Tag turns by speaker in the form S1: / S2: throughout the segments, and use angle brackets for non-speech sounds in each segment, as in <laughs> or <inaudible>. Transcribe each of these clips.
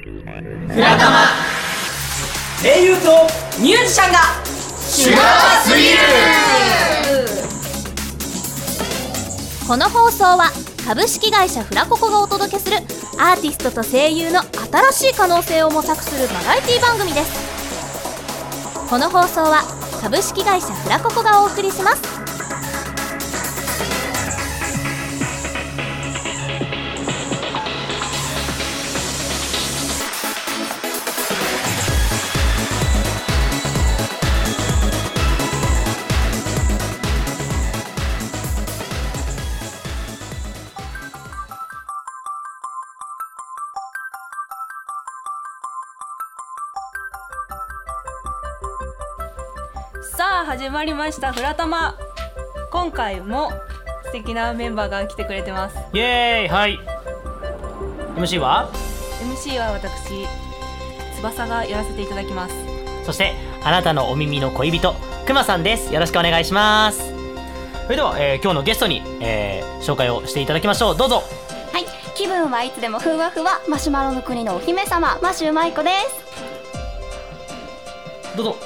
S1: フラタマ
S2: 声優と
S1: ミュージシャンがシュガーすぎる
S3: この放送は株式会社フラココがお届けするアーティストと声優の新しい可能性を模索するバラエティ番組ですこの放送は株式会社フラココがお送りします
S4: さあ始まりました「フラタマ」今回も素敵なメンバーが来てくれてます
S2: イエーイはい MC は
S4: MC は私翼がやらせていただきます
S2: そしてあなたのお耳の恋人くまさんですよろしくお願いしますそれでは、えー今日のゲストに、えー紹介をしていただきましょうどうぞ
S5: はい、気分はいつでもふわふわマシュマロの国のお姫様マシュマイコで
S2: どうぞ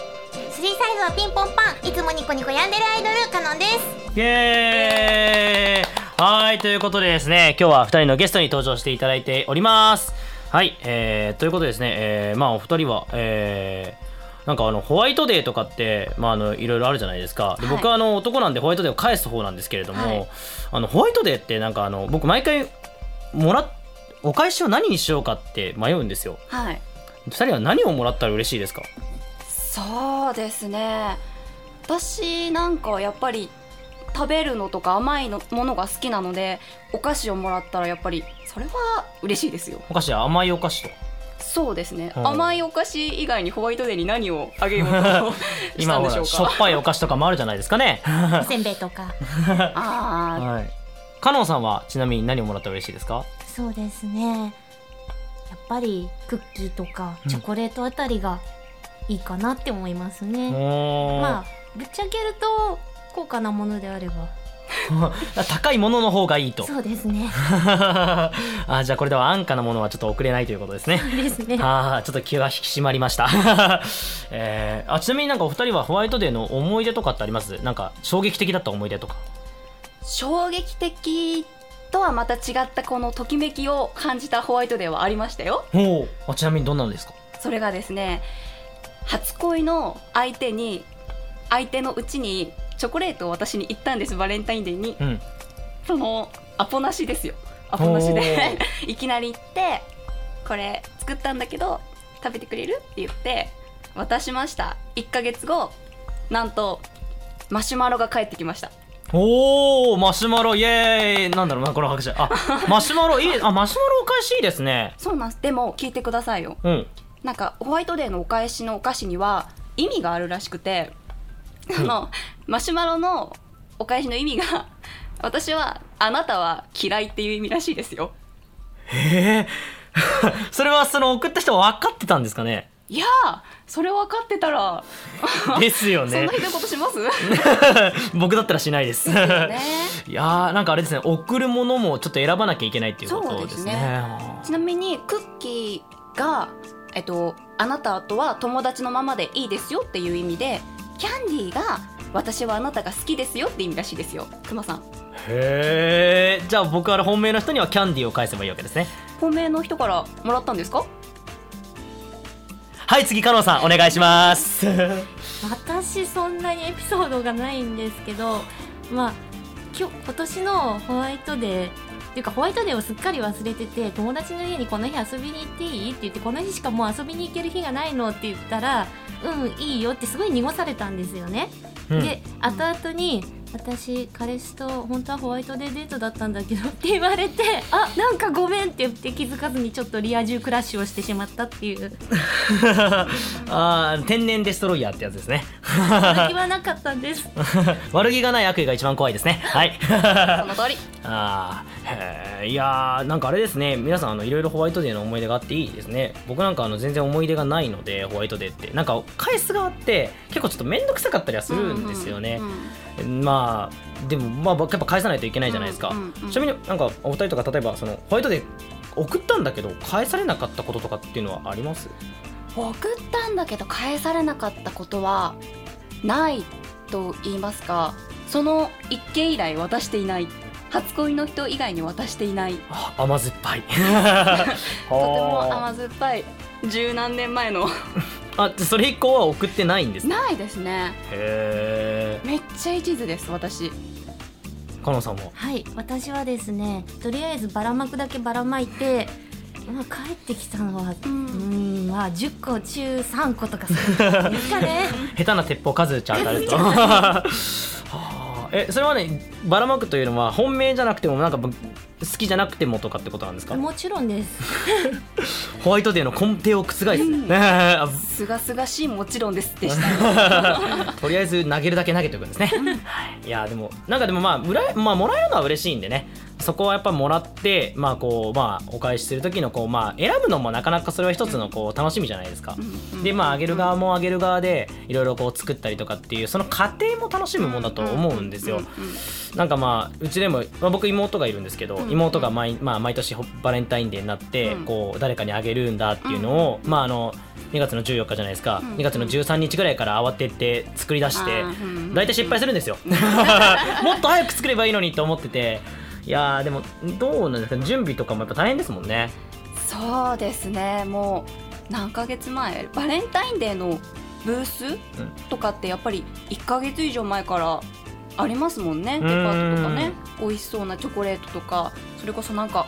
S6: スリーサイズはピンポンパンいつもニコニコやんでるアイドルカノンです
S2: イエーイはいということでですね今日は2人のゲストに登場していただいておりますはい、えー、ということでですね、えーまあお二人はえーなんかあのホワイトデーとかって、まあ、あのいろいろあるじゃないですか、で
S4: はい
S2: 僕はあの男なんでホワイトデーを返す方なんですけれども、
S4: はい
S2: あのホワイトデーってなんかあの僕毎回もらっお返しを何にしようかって迷うんですよ
S5: す。はい。
S2: 2人は何をもらったら嬉しいですか
S5: そうですね。私なんかやっぱり食べるのとか甘いのものが好きなので、お菓子をもらったらやっぱりそれは嬉しいですよ。
S2: お菓子は甘いお菓子と
S5: そうですね。
S2: うん
S5: 甘いお菓子以外にホワイトデーに何をあげようとした
S2: <laughs> 今
S5: ん
S2: ほ
S5: でしょ
S2: ら
S5: う
S2: しょっ
S5: か。
S2: ぱいお菓子とかもあるじゃないですかね
S1: せんべいとか
S5: ああ、
S2: はい。カノンさんはちなみに何をもらったら嬉しいですか？
S1: そうですねやっぱりクッキーとかチョコレートあたりがいいかなって思いますね、まあ
S2: ま
S1: ぶっちゃけると高価なものであれば
S2: あ <laughs> 高いものの方がいいと。
S1: そうです <laughs> ね
S2: あ <laughs> じゃあこれでは安価なものはちょっと送れないということですね。
S1: ですね
S2: <laughs> ああちょっと気が引き締まりました。 <laughs> えーあちなみになんかお二人はホワイトデーの思い出とかってあります？なんか衝撃的だった思い出とか。
S5: 衝撃的とはまた違ったこのときめきを感じたホワイトデーはありましたよ。
S2: おお。ちなみにどんなのですか？
S5: それがですね初恋の相手に相手のうちにチョコレートを私に行ったんですバレンタインデーに
S2: うん。
S5: そのアポなしですよアポなしで <laughs> いきなり行ってこれ作ったんだけど食べてくれるって言って渡しました1ヶ月後なんとマシュマロが帰ってきました
S2: おおマシュマロイエーイなんだろうなこの拍手あマシュマロいいあマシュマロお返しいいですね
S5: そうなんですでも聞いてくださいよ
S2: うん
S5: なんかホワイトデーのお返しのお菓子には意味があるらしくて、そのマシュマロのお返しの意味が <laughs> 私はあなたは嫌いっていう意味らしいですよ
S2: ええ <laughs> それはその送った人は分かってたんですかね
S5: いやーそれ分かってたら、
S2: ですよ
S5: <laughs> そん
S2: ね
S5: なひどいことします
S2: <laughs> 僕だったらしないです
S5: ね
S2: いやーなんかあれですね贈るものもちょっと選ばなきゃいけないっていうことですね
S5: ちなみにクッキーが、えっと、あなたとは友達のままでいいですよっていう意味でキャンディーが私はあなたが好きですよって意味らしいですよくまさん
S2: へえじゃあ僕は本命の人にはキャンディーを返せばいいわけですね
S5: 本命の人からもらったんです
S2: <laughs>
S5: か
S2: はい次カノンさんお願いします
S1: 私そんなにエピソードがないんですけどまあ今日今年のホワイトデーっていうかホワイトデーをすっかり忘れてて友達の家に「この日遊びに行っていい?」って言って「この日しかもう遊びに行ける日がないの?」って言ったら「うんいいよ」ってすごい濁されたんですよね。
S2: うん
S1: で後々に「私彼氏と本当はホワイトデーデートだったんだけど」って言われて「あなんかごめん」って言って気づかずにちょっとリア充クラッシュをしてしまったっていう
S2: <laughs> あー天然デストロイヤーってやつですね
S1: 驚きはなかったんです。
S2: 悪気がない悪意が一番怖いですねはい
S5: その通り
S2: ああいやーなんかあれですね皆さんあのいろいろホワイトデーの思い出があっていいですね僕なんかあの全然思い出がないのでホワイトデーってなんか返す側って結構ちょっと面倒くさかったりはするんですよね、
S5: うんうんうん
S2: まあでもまあ僕やっぱ返さないといけないじゃないですか、
S5: うんうんうん
S2: ちなみになんかお二人とか例えばそのホワイトデー送ったんだけど返されなかったこととかっていうのはあります
S5: 送ったんだけど返されなかったことはないと言いますかその一件以来渡していない初恋の人以外に渡していない <laughs> と
S2: あ甘酸っぱいとて
S5: ても甘酸っぱい十何年前の
S2: あそれ以降は送ってないんです
S5: <laughs>
S2: ね
S5: ないですね
S2: へえ
S5: めっちゃ一途です私
S2: かのさんも
S1: はい私はですねとりあえずばらまくだけばらまいてまあ帰ってきたのは
S5: う
S1: うんんまあ10個中3個とかそういう感じですかね
S2: 下手な鉄砲数打ちゃ当たる <laughs> とはあえそれはねばらまくというのは本命じゃなくてもなんかぶ好きじゃなくてもとかってことなんですか
S1: もちろんです
S2: ホワイトデーの根底を覆すね、あ
S5: すがすがしいもちろんですでした
S2: <laughs> とりあえず投げるだけ投げておくんですね。 <laughs> はいいやでもなんかでもまあうらまあもらえるのは嬉しいんでね。そこはやっぱもらってまあこうまあお返しする時のこうまあ選ぶのもなかなかそれは一つのこう楽しみじゃないですか。 <laughs> でまああげる側もあげる側でいろいろこう作ったりとかっていうその過程も楽しむもんだと思うんですよ。なんかまあうちでも、まあ、僕妹がいるんですけど、妹が毎,、まあ、毎年ほバレンタインデーになって、
S5: うん
S2: こう誰かにあげるんだっていうのを、まああの2月の14日じゃないですか、
S5: うん
S2: 2月の13日ぐらいから慌てて作り出して
S5: あーうん
S2: 大体失敗するんですよ <laughs> もっと早く作ればいいのにと思ってていやーでもどうなんですか準備とかもやっぱ大変ですもんね
S5: そうですねもう何ヶ月前バレンタインデーのブース
S2: ん
S5: とかってやっぱり1ヶ月以上前からありますもんねデパートとかね美味しそうなチョコレートとかそれこそなんか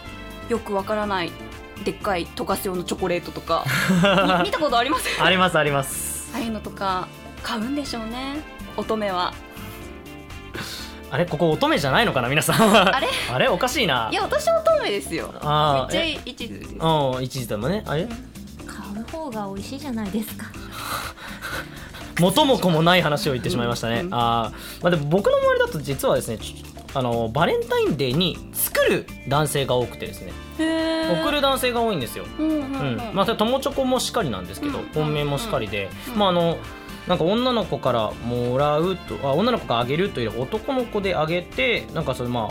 S5: よくわからないでっかい溶かす用のチョコレートと
S2: <laughs>
S5: かみ見たことありません
S2: ありますあります
S5: ああいうのとか買うんでしょうね乙女は
S2: あれここ乙女じゃないのかな皆さん
S5: あれ
S2: <laughs> あれおかしいない
S5: や私は乙女ですよめっ
S2: あ
S5: ちゃ
S2: い
S5: 一途です
S2: うん一時でもねあれ
S1: 買う方が美味しいじゃないですか
S2: 元も子もない話を言ってしまいましたね。
S5: うんうん
S2: あーまあ、でも僕の周りだと実はですねちょあのバレンタインデーに作る男性が多くてですね送る男性が多いんですよ。
S5: うんうんうん
S2: うんまあ、それ友チョコもしかりなんですけど、
S5: うん
S2: 本命もしかりで、
S5: うん
S2: まああのなんか女の子からもらうとあ女の子があげるというより男の子であげてなんかそれま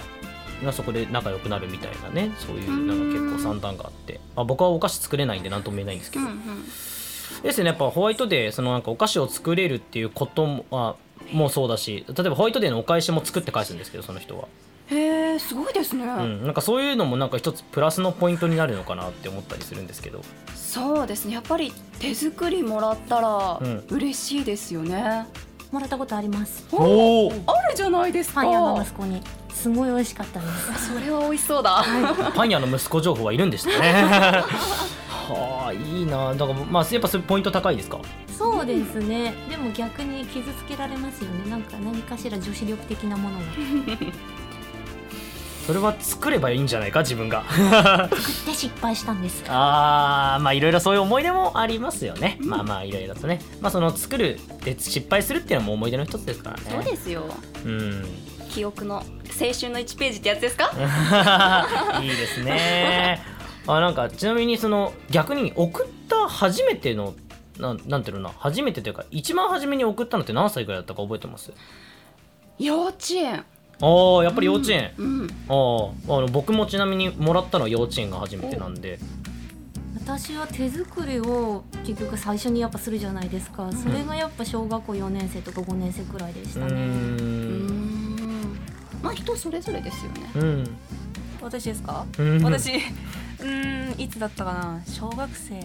S2: あなそこで仲良くなるみたいなねそういうなんか結構三段があって、まあ、僕はお菓子作れないんで何とも言えないんですけ
S5: う
S2: ど、
S5: んうん
S2: ですよねやっぱホワイトデーそのなんかお菓子を作れるっていうこともあもうそうだし例えばホワイトデーのお返しも作って返すんですけどその人は、
S5: へえすごいですね、
S2: うん、なんかそういうのもなんか一つプラスのポイントになるのかなって思ったりするんですけど
S5: そうですねやっぱり手作りもらったら
S2: うん
S5: 嬉しいですよね、
S1: もらったことあります
S2: おお
S5: あるじゃないです
S1: パ
S5: か
S1: ン屋の息子にすごい美味しかったんです
S5: それは美味しそうだ、
S2: <laughs> パン屋の息子情報はいるんでしたね <laughs> はあいいなだからまあやっぱそれポイント高いですか
S1: そうですね、でも逆に傷つけられますよねなんか何かしら女子力的なも
S2: <laughs>
S1: のが
S2: それは作ればいいんじゃないか自
S5: <laughs>
S2: 分が
S1: で失敗したんです
S2: あーまあいろいろそういう思い出もありますよね、まあまあいろいろとねまあその作るで失敗するっていうのも思い出の一つですからね
S5: そうですよ
S2: うん
S5: 記憶の青春の1ページってやつですか
S2: <laughs> いいですね。あなんかちなみにその逆に送った初めてのなんなんていうのかな初めてというか一番初めに送ったのって何歳ぐらいだったか覚えてます
S5: 幼稚園
S2: ああやっぱり幼稚園、
S5: うん
S2: あーあの僕もちなみにもらったのは幼稚園が初めてなんで
S1: 私は手作りを結局最初にやっぱするじゃないですか、それがやっぱ小学校4年生とか5年生くらいでした
S2: うー
S1: ね
S5: うんんまあ人それぞれですよね
S2: うん
S4: 私ですか
S2: うん
S4: 私うーんいつだったかな小学生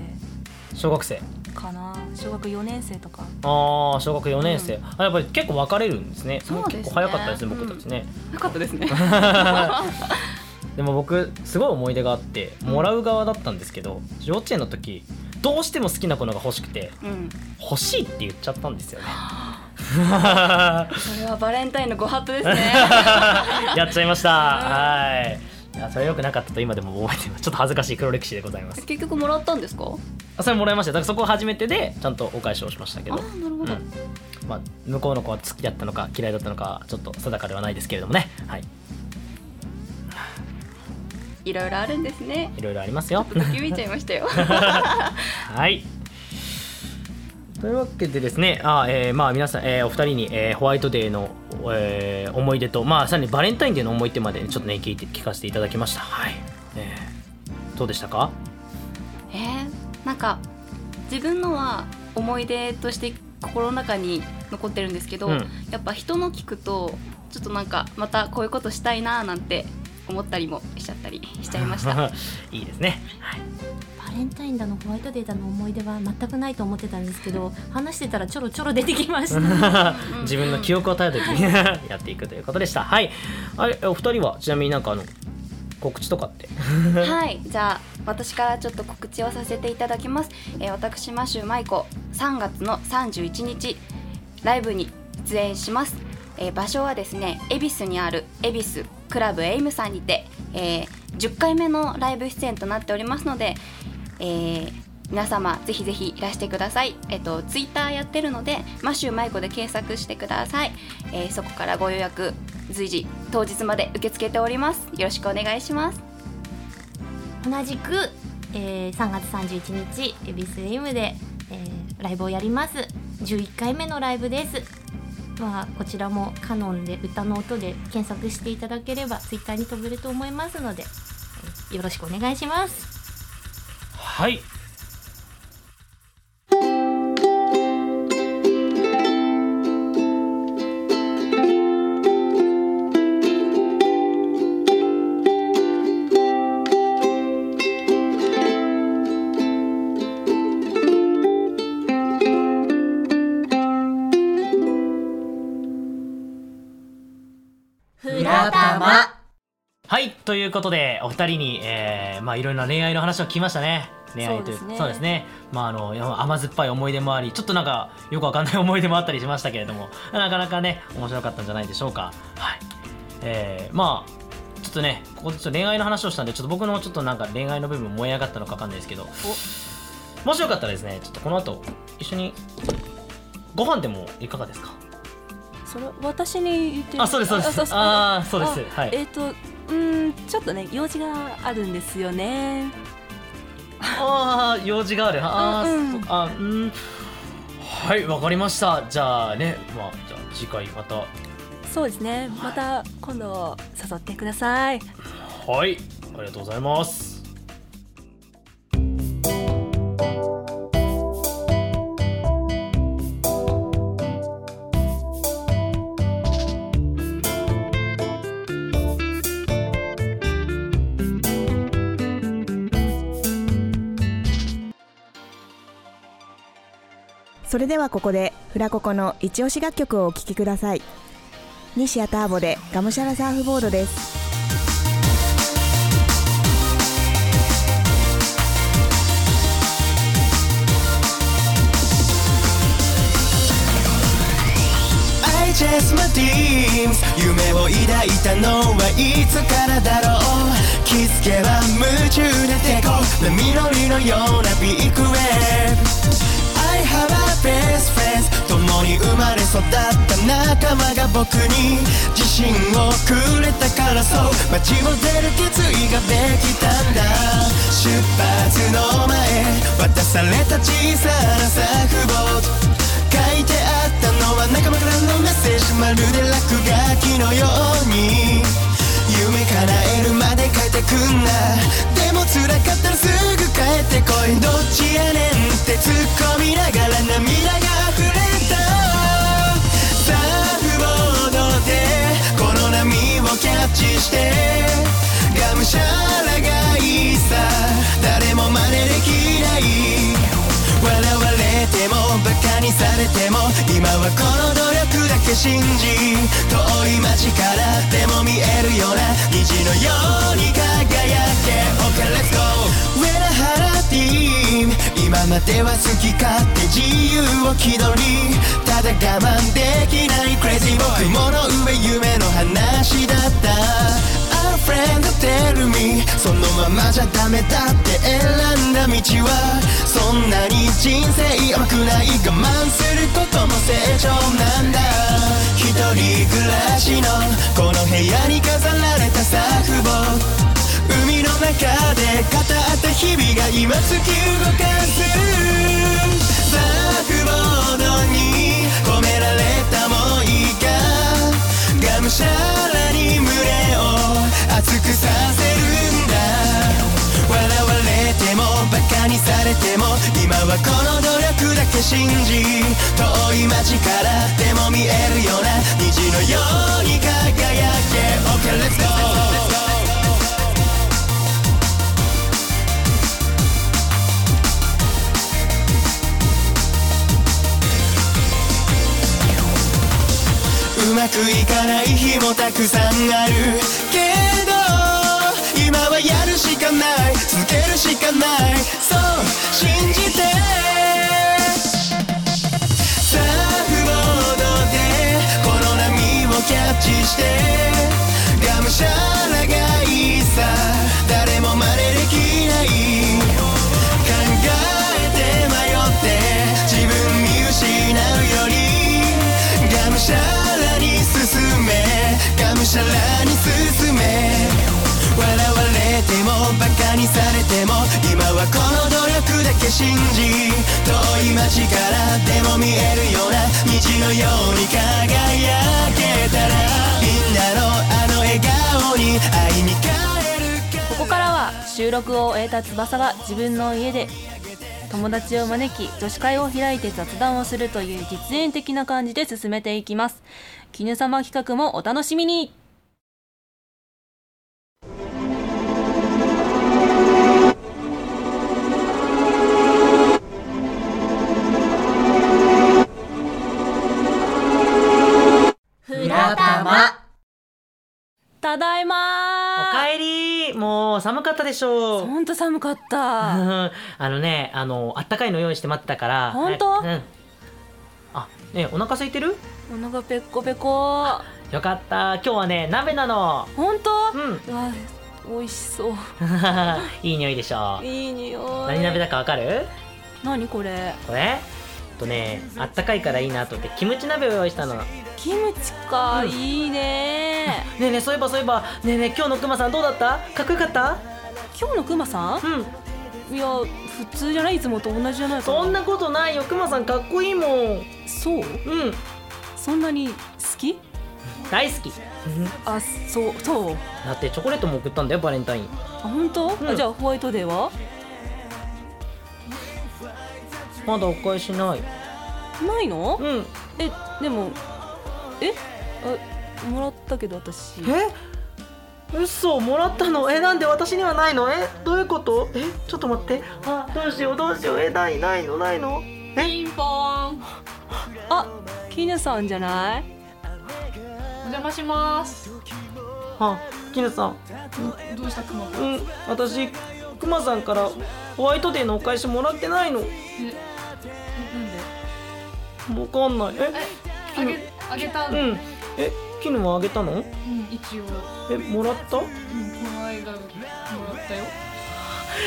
S2: 小学生
S4: かな小学4年生とか
S2: ああ小学4年生、あやっぱり結構分かれるんですね
S5: そうですね
S2: 結構早かったですね僕たちね、
S5: よかったですね
S2: でも僕すごい思い出があってもらう側だったんですけど、幼稚園の時どうしても好きな子のが欲しくて
S5: <laughs> うん
S2: 欲しいって言っちゃったんですよね
S5: それはバレンタインのご法度ですね
S2: <laughs> やっちゃいましたはいいやそれ良くなかったと今でも覚えてますちょっと恥ずかしい黒歴史でございます
S5: 結局もらったんですか
S2: あそれもらいましただからそこ初めてでちゃんとお返しをしましたけ
S5: あ
S2: ど
S5: ーなるほ
S2: う
S5: ど、
S2: んまあ、向こうの子は好きだったのか嫌いだったのかちょっと定かではないですけれどもねはい
S5: いろいろあるんですね
S2: いろいろありますよ
S5: ときめいちゃいました
S2: <laughs>
S5: よ
S2: はい。というわけでですね、あえーまあ、皆さん、えーお二人に、えーホワイトデーの、えー思い出と、まあ、さらにバレンタインデーの思い出までちょっとね聞いて聞かせていただきました。はいえーどうでしたか
S5: えー、なんか自分のは思い出として心の中に残ってるんですけど、
S2: うん
S5: やっぱ人の聞くとちょっとなんかまたこういうことしたいななんて思ったりもしちゃったりしちゃい
S2: <laughs>
S5: ました
S2: いいですね
S1: バレンタインだのホワイトデーだの思い出は全くないと思ってたんですけど話してたらちょろちょろ出てきました
S2: <laughs> 自分の記憶を頼りに <laughs> やっていくということでしたはいあれお二人はちなみになんかあの告知とかって
S5: はいじゃあ私からちょっと告知をさせていただきます、えー私マシュマイコ3月の31日ライブに出演します、えー場所はですね恵比寿にある恵比寿クラブエイムさんにて、えー10回目のライブ出演となっておりますので、えー皆様ぜひぜひいらしてくださいえっ、とツイッターやってるのでマシュマイコで検索してください、えーそこからご予約随時当日まで受け付けておりますよろしくお願いします
S1: 同じく、えー3月31日恵比寿 M で、えーライブをやります11回目のライブですまあこちらもカノンで歌の音で検索していただければツイッターに飛べると思いますのでえーよろしくお願いします
S2: はい
S6: ふらたま
S2: はいということでお二人に、えーまあいろいろな恋愛の話を聞きましたね恋愛という
S4: そうですね
S2: そうですねまああのいや甘酸っぱい思い出もありちょっとなんかよくわかんない思い出もあったりしましたけれどもなかなかね面白かったんじゃないでしょうかはいえー、まあちょっとねここでちょっと恋愛の話をしたんでちょっと僕のちょっとなんか恋愛の部分燃え上がったのかわかんないですけどもしよかったらですねちょっとこの後一緒にご飯でもいかがですか
S4: それ私に言って
S2: あそうですそうで
S4: あ
S2: すああーそうですはい
S4: えっ、とうーんちょっとね用事があるんですよね
S2: ああ用事があるあー、
S4: うん
S2: そあうんはいわかりましたじゃあねまあじゃあ次回また
S4: そうですねまた今度誘ってください
S2: はいありがとうございます
S7: それではここでフラココの一押し楽曲をお聴きください西谷ターボでがむしゃらサーフボードです
S8: I just my dreams 夢を抱いたのはいつからだろう気づけば夢中でてこ波乗りのようなビッグウェーブ I have a best friends 共に生まれ育った仲間が僕に自信をくれたからそう街を出る決意ができたんだ出発の前渡された小さなサーフボード書いてあったのは仲間からのメッセージまるで落書きのように夢叶えるまで帰ってくんなでも辛かったらすぐ帰ってこいどっちやねんって突っ込みながら涙が溢れたサーフボードでこの波をキャッチしてがむしゃらがいいさ誰も真似できない笑われてもバカにされても今はこの努力だけ信じ遠い街からでも見えるような虹のように輝け OK let's go 上田原ティーム今までは好き勝手自由を気取りただ我慢できない Crazy Boy 雲の上夢の話だった Our friend tell me そのままじゃダメだって選んだ道はそんなに人生甘くない我慢することも成長なんだ一人暮らしのこの部屋に飾られたサーフボード海の中で語った日々が今突き動かすサーフボードに込められた想いががむしゃらに胸を熱くさせるんだ笑わはこの努力だけ信じ遠い街からでも見えるような虹のように輝け OK let's go うまくいかない日もたくさんあるけど今はやるしかない続けるしかないそう信じてサーフボードでこの波をキャッチしてがむしゃらがいいさ誰も真似できない考えて迷って自分見失うよりがむしゃらに進めがむしゃらに進め笑われてもバカにされても今はこの努力だけ信じ遠い街からでも見えるような虹のように輝けたらみんなのあの笑顔に会いに帰るから
S1: ここからは収録を終えた翼が自分の家で友達を招き女子会を開いて雑談をするという実演的な感じで進めていきます絹様企画もお楽しみに
S2: ふらたま。
S1: ただいま
S4: おかえりもう寒かったでしょう
S1: ほんと寒かっ
S4: う
S1: た
S4: ん <laughs> あのねあのあったかいの用意して待ってたから
S1: ほんと
S4: はいうんあねお腹空いてる
S1: お腹ペコペコ
S4: よかった今日はね鍋なの
S1: ほんと
S4: うん <laughs>
S1: うわ美味しそう
S4: いい匂いでしょ
S1: いい匂い
S4: 何鍋だかわかる
S1: 何これ
S4: これえっとねあったかいからいいなと思ってキムチ鍋を用意したのね
S1: キムチか、
S4: うん
S1: い
S4: <laughs>
S1: いね
S4: えねえそういえばそういえばねえねえ今日のクマさんどうだったかっこよかった
S1: 今日のクマさ
S4: うん
S1: んいや普通じゃないいつもと同じじゃないかな
S4: そんなことないよクマさんかっこいいもんうん
S1: そうそんなに好き
S4: 大好き
S1: あそうそう
S4: だってチョコレートも送ったんだよバレンタイン
S1: あ本当、
S4: ん
S1: あじゃあホワイトデーは
S4: まだお返しない
S1: ないの
S4: うん
S1: えでもえあもらったけど私
S4: え嘘もらったのえなんで私にはないのえどういうことえちょっと待ってあどうしようどうしようえないないのないの
S9: ピンポーン
S1: あキヌさんじゃない
S9: お邪魔します
S4: あきぬさん
S9: どうしたくま
S4: うん私くまさんからホワイトデーのお返しもらってないの
S9: なんで
S4: わかんないえ
S9: あげあげた
S4: う
S9: の、
S4: んえきぬはあげたの
S9: うん、一応、うん、こ
S4: えもらった
S9: の間もらったよ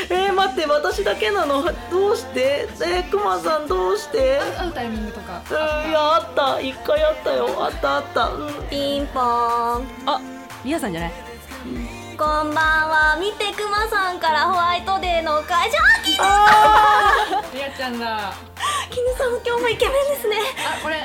S4: えー、待って私だけなのどうしてえー、くまさんどうして
S9: 会うタイミングとか
S4: うんいやあった一回あったよあったあったうん
S5: ピンポーン
S1: あリアさんじゃない
S5: こんばんは見てクマさんからホワイトデーのお返しあき
S9: リアちゃんだあ
S5: きぬさん今日もイケメンですね
S9: これ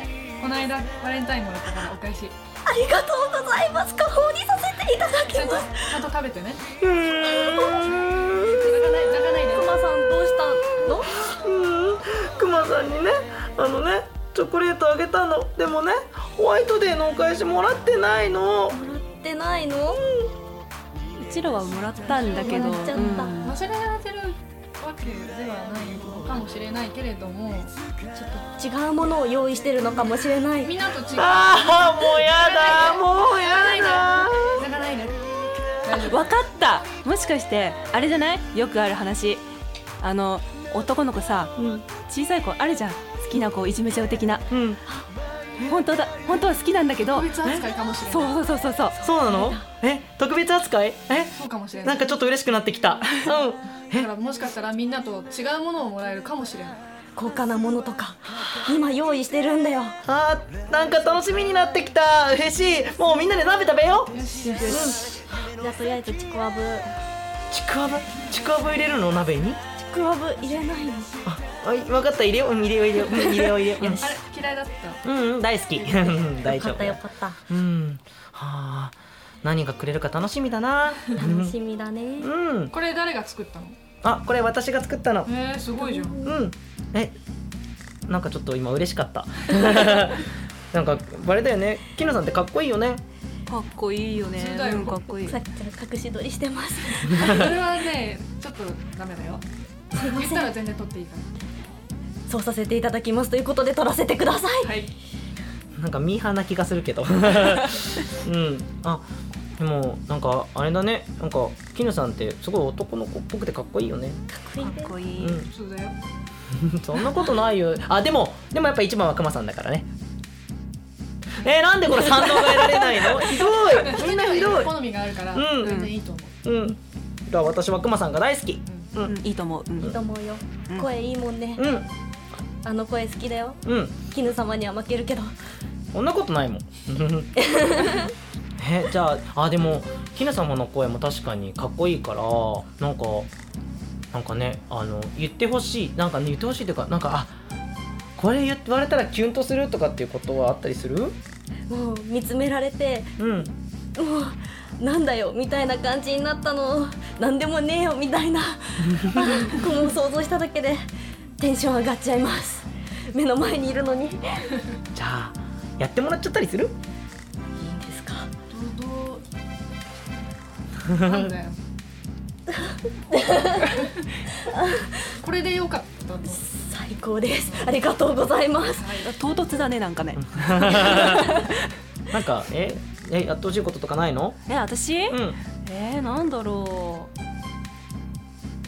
S9: この間バレンタインもらったからお返し
S5: ありがとうございます加工にさせていただき
S9: ちゃんとちゃんと食べてね
S4: う
S9: 泣かない泣かないで
S5: クマさんどうしたの
S4: んくまさんにねあのねチョコレートあげたのでもねホワイトデーのお返しもらってないの
S5: ってないの
S1: うちらはもらったんだけど
S5: もらっちゃった
S1: うん
S9: 忘れられてるわけではないのかもしれないけれども
S5: 違うものを用意してるのかもしれない
S9: みんなと違う泣か
S4: ああもうやだもう
S9: な
S4: や
S9: いで
S4: だ
S9: 泣かないで大丈夫
S1: わかったもしかしてあれじゃないよくある話あの男の子さ、小さい子あるじゃん好きな子をいじめちゃう的な、
S4: ん
S1: 本当だ本当は好きなんだけど
S9: 特別扱いかもしれない
S1: そうそうそうそうそう
S4: そうなのえ特別扱いえ
S9: そうかもしれな
S4: ないんかちょっと嬉しくなってきたうん
S9: だからもしかしたらみんなと違うものをもらえるかもしれない
S5: 高価なものとか今用意してるんだよ
S4: あーなんか楽しみになってきた嬉しいもうみんなで鍋食べよう
S9: よしよし
S5: じゃあとりあえずちくわぶ
S4: ちくわぶちくわぶ入れるの鍋に
S5: ちくわぶ入れないの
S4: ああ分かった入れよううん入れよう入れよううん入れよう入れよううん
S9: あれ嫌いだった
S4: うんうん大好きうん大丈
S5: よかった
S4: 夫
S5: よかった
S4: うんはあ何がくれるか楽しみだな
S5: 楽しみだね
S4: うん
S9: これ誰が作ったの
S4: あこれ私が作ったの
S9: えー、すごいじゃん
S4: うん
S2: えなんかちょっと今嬉しかった
S4: <laughs>
S2: なんかあれだよねキヌさんってかっこいいよね
S4: かっこいいよね
S9: そうだよ
S4: うんかっこいい
S6: さっきから隠し撮りしてます
S9: それはねちょっとダメだよ言ったら全然取っていいか
S6: そうさせていただきますということで撮らせてください
S9: らはい
S2: なんかミーハーな気がするけどうんあでもなんかあれだねなんかキヌさんってすごい男の子っぽくてかっこいいよね
S4: かっこいい、
S2: う
S9: そうだよ
S2: んそんなことないよあでもでもやっぱ一番はクマさんだからねえー、なんでこれ賛同が得られない
S6: <laughs>
S2: のひどいみんなひどい
S9: 好みがあるから
S2: うん
S9: 全然いいと思
S2: うんだから私はクマさんが大好きうん
S4: うんいいと思う、うん
S6: いいと思うよ、
S4: うん
S6: 声いいもんね、
S2: うん
S6: あの声好きだよ
S2: うん
S6: 絹様には負けるけど
S2: そんなことないもん <laughs> えじゃああでもひな様の声も確かにかっこいいからなんかなんかねあの言ってほしいなんか、ね、言ってほしいというかなんかあこれ言われたらキュンとするとかっていうことはあったりする
S6: もう見つめられて
S2: うん
S6: もうなんだよみたいな感じになったのなんでもねえよみたいなあもう想像しただけでテンション上がっちゃいます目の前にいるのにいいんで
S2: じゃあやってもらっちゃったりする
S6: すか
S9: うどうどうなんだよこれでよかったの
S6: 最高ですありがとうございます
S4: 唐突だねなんかね、
S2: なんかええやってほしいこととかないの
S4: え私、
S2: うん
S4: えー、なんだろ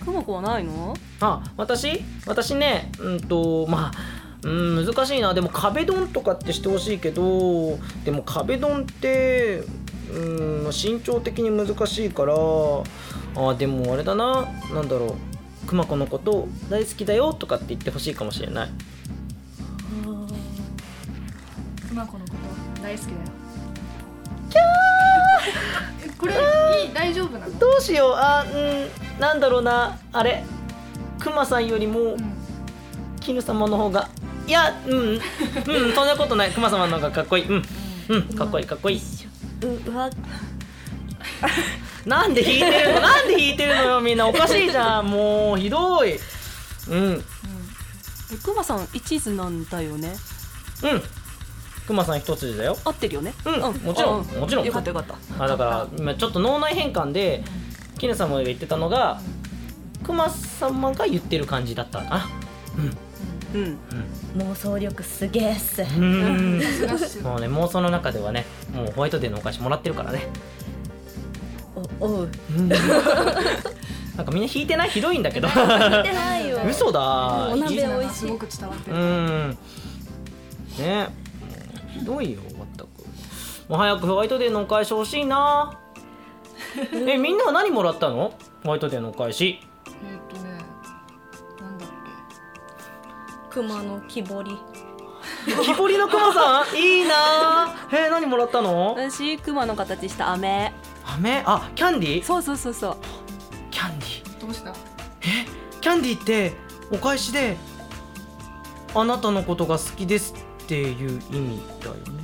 S4: うくま子はないの
S2: あ私私ねうんとまあうん、難しいなでも壁ドンとかってしてほしいけどでも壁ドンってうん身長的に難しいからあでもあれだななんだろう熊子のこと大好きだよとかって言ってほしいかもしれない
S9: 熊子のこと大好きだよキャーこれいい大丈夫なの
S2: どうしようあうんなんだろうなあれ熊さんよりも
S9: うん
S2: 絹様の方がいやうんうんそんなことない熊様の方がかっこいいうんうんかっこいいかっこいい
S6: うんうわ
S2: なんで弾いてるのなんで弾いてるのよみんなおかしいじゃんもうひどいうんうん
S4: えくまさん一途なんだよね
S2: くまさん一つだよ
S4: 合ってるよね
S2: うんもちろん
S4: あう
S2: もちろん
S4: よかったよかった
S2: あだから今ちょっと脳内変換できねさんも言ってたのがくま様が言ってる感じだったな
S4: うん
S6: 妄想力すげえっす
S2: うん
S9: さすがっす
S2: もうね妄想の中ではねもうホワイトデーのお菓子もらってるからね
S6: おおう
S2: うんなんかみんな弾いてないひどいんだけ
S4: <laughs>
S2: ど
S6: 見てないよ
S2: 嘘だ
S6: お鍋美味しい
S9: すごく伝わって
S2: う
S9: る
S2: んねひどいよまったくもう早くホワイトデーのお返し欲しいなえみんなは何もらったのホワイトデーのお返し
S9: えーっとねなんだっ
S6: 熊の木彫り
S2: 木彫りのクマさんいいなえ何もらったの
S4: 私くまの形した飴
S2: 飴あキャンディー
S4: そうそうそうそう
S2: キャンディー
S9: けどうした
S2: キャンディーってお返しであなたのことが好きですっていう意味だよね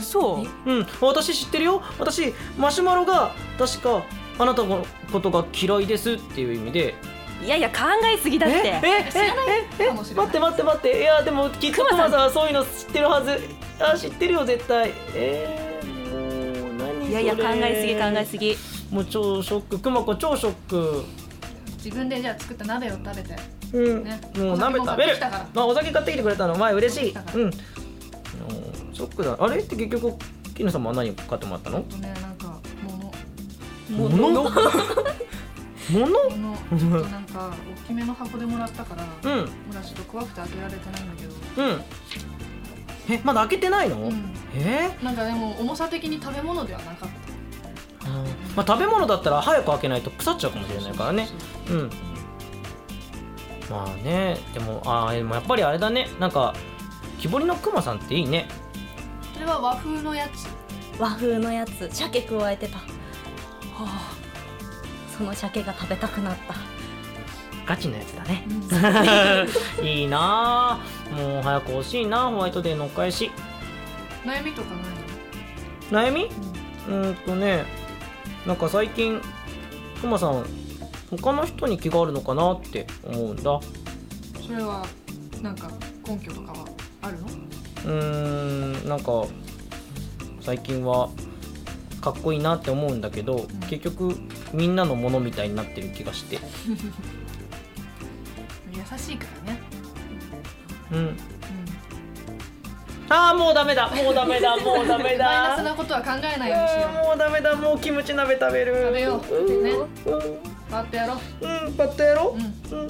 S4: そう
S2: うん、私知ってるよ私マシュマロが確かあなたのことが嫌いですっていう意味で
S4: いやいや考えすぎだっ
S2: え
S4: て
S2: ええええ
S9: かもしれない
S2: 待って待って待っていやでもきっとクマさんはそういうの知ってるはずあ知ってるよ絶対えー、もう何それ
S4: いやいや考えすぎ考えすぎ
S2: ぎもう超ショッククマ子超ショッ
S9: 自分でじゃあ作った鍋を食べて
S2: クうん、
S9: ね
S2: もう
S9: お酒
S2: 鍋
S9: も
S2: 食べる
S9: 買ってきたから
S2: まあお酒買ってきてくれたの前嬉しい
S9: 買ってきた
S2: う
S9: か
S2: んもうショックだあれって結局キヌさんは何買ってもらったの
S9: あとねなんか物
S2: 物物
S9: 物ちょっとなんか大きめの箱でもらったから
S2: う
S9: も
S2: ん
S9: うちょっと怖くて開けられてないんだけど
S2: うん。 <laughs> え、まだ開けてないの？
S9: うん
S2: えー
S9: なんかでも重さ的に食べ物ではなかった
S2: あのまあ食べ物だったら早く開けないと腐っちゃうかもしれないからね。うん。まあね、でもあーでもやっぱりあれだね、なんか木彫りのクマさんっていいね。
S9: それは和風のやつ
S6: 和風のやつ鮭加えてたその鮭が食べたくなった
S2: ガチのやつだね。
S9: うん
S2: <laughs> いいなあ。もう早く欲しいなあ。ホワイトデーのお返し。
S9: 悩みとかない
S2: 悩
S9: の
S2: み？うーんとね、なんか最近クマさん他の人に気があるのかなって思うんだ。
S9: それはなんか根拠とかはあるの
S4: うーんなんか最近はかっこいいなって思うんだけど、結局みんなのものみたいになってる気がして
S9: 優しいからね
S4: うんああもうダメだもうダメだもうダ <laughs> メ
S9: マイナ
S4: だ
S9: スなことは考えないようにしよ
S4: うーんもうダメだもうキムチ鍋食べる
S9: う食べようねパッとやろう
S4: うんパッとやろ
S9: うん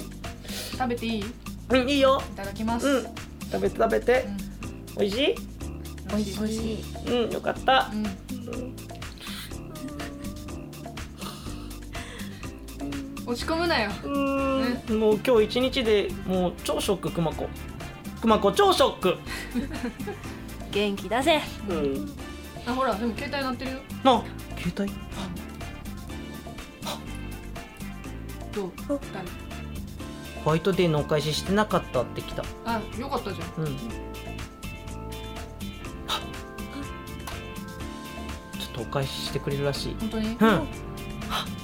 S9: 食べていいいう
S4: うんいいよ
S9: ただきます
S4: うん食べて食べて
S9: うん
S4: 美味しい
S9: 美味しい美味しい
S4: うんよかった
S9: うん落ち込むなよ
S4: うーんもう今日一日でもう超ショックくまこくまこ超ショック
S2: 元気出せ
S4: うん
S9: あほらでも携帯鳴ってるよ
S4: な携帯
S9: どう誰
S4: ホワイトデーのお返ししてなかったってきた
S9: あよかったじゃん
S4: うんちょっとお返ししてくれるらしい
S9: 本当に
S4: うん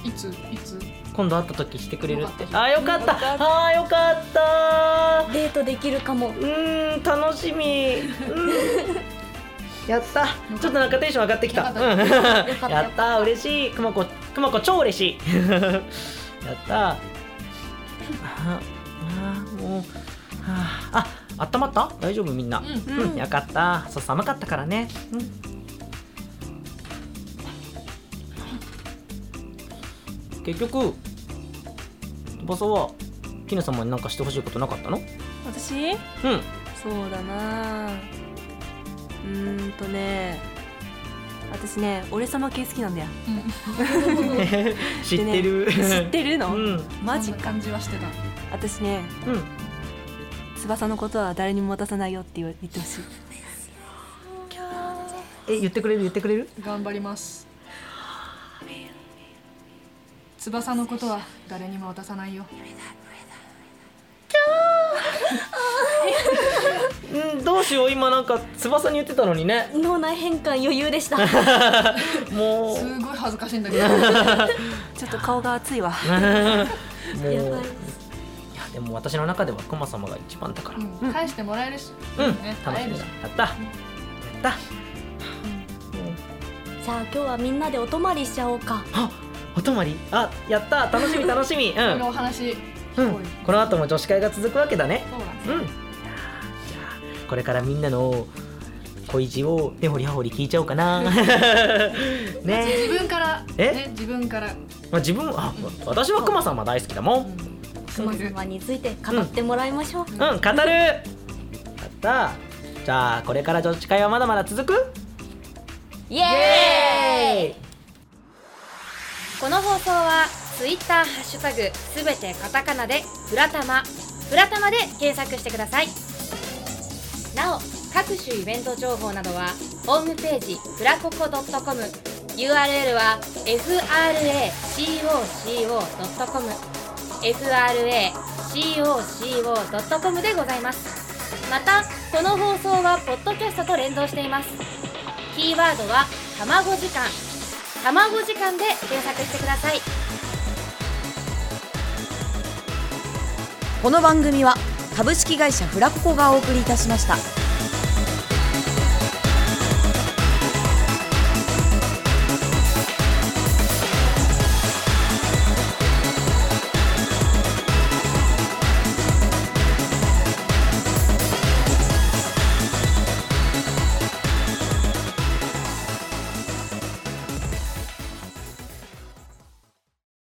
S9: いついつ
S4: 今度会った時してくれるって
S9: よか
S4: あよかったあーよかった
S6: デートできるかも
S4: うーん楽しみうんやったちょっとなんかテンション上がってきた
S9: よか
S4: う
S9: っ
S4: ん
S6: った
S4: やった嬉しいくまこくまこ超嬉し
S2: <laughs>
S4: いやったああもうああったまった大丈夫みんな、
S9: うん
S4: うん、よかった。そう寒かったからね。うん。結局、翼はキヌ様になんかしてほしいことなかったの？
S2: 私
S4: うん。
S2: そうだなあうーんとね私ね俺様系好きなんだよ
S4: <laughs> 知ってる。
S2: 知ってる
S4: う
S2: の、
S4: ん。うん。
S2: マジ
S9: そんな
S2: か
S9: 感じはしてた
S2: 私ね翼のことは誰にも渡さないよって言わ言ってほしい
S4: え言ってくれる言ってくれる？
S9: 頑張ります翼のことは誰にも渡さないよ
S4: うんどうしよう今なんか翼に言ってたのにね。
S6: 脳内変換余裕でした
S4: <laughs> も
S9: す
S4: う。
S9: ごい恥ずかしいんだけど
S2: ちょっと顔が熱いわ
S4: もうい
S6: や
S4: や
S6: ばい
S4: でも私の中ではクマ様が一番だから。うん。
S9: うん返してもらえるしね
S4: 楽し
S9: 会え
S4: み
S9: る
S4: だ。
S9: じゃん
S4: やった。やった。うん
S6: じゃあ今日はみんなでお泊まりしちゃおうか
S4: あお泊まりあやった楽しみ楽しみう
S9: いろいろ
S4: ん、
S9: お話
S4: うん、この後も女子会が続くわけだね
S9: そうだ
S4: う
S9: ね
S4: んいやーじゃあこれからみんなの恋路を根掘り葉掘り聞いちゃおうかな <laughs> ね
S9: 自分から
S4: え
S9: ね自分から
S4: まあ自分あ私はクマさんは大好きだもんうん
S6: 熊様について語ってもらいましょう、
S4: 語るやったじゃあこれから女子会はまだまだ続く
S1: イエーイこの放送は Twitter ハッシュタグすべてカタカナでフラタマフラタマで検索してくださいなお各種イベント情報などはホームページフラココ .comURL は fracoco.com fracoco.com でございますまたこの放送はポッドキャストと連動していますキーワードは「卵時間」「卵時間」で検索してください
S5: この番組は株式会社フラココがお送りいたしました。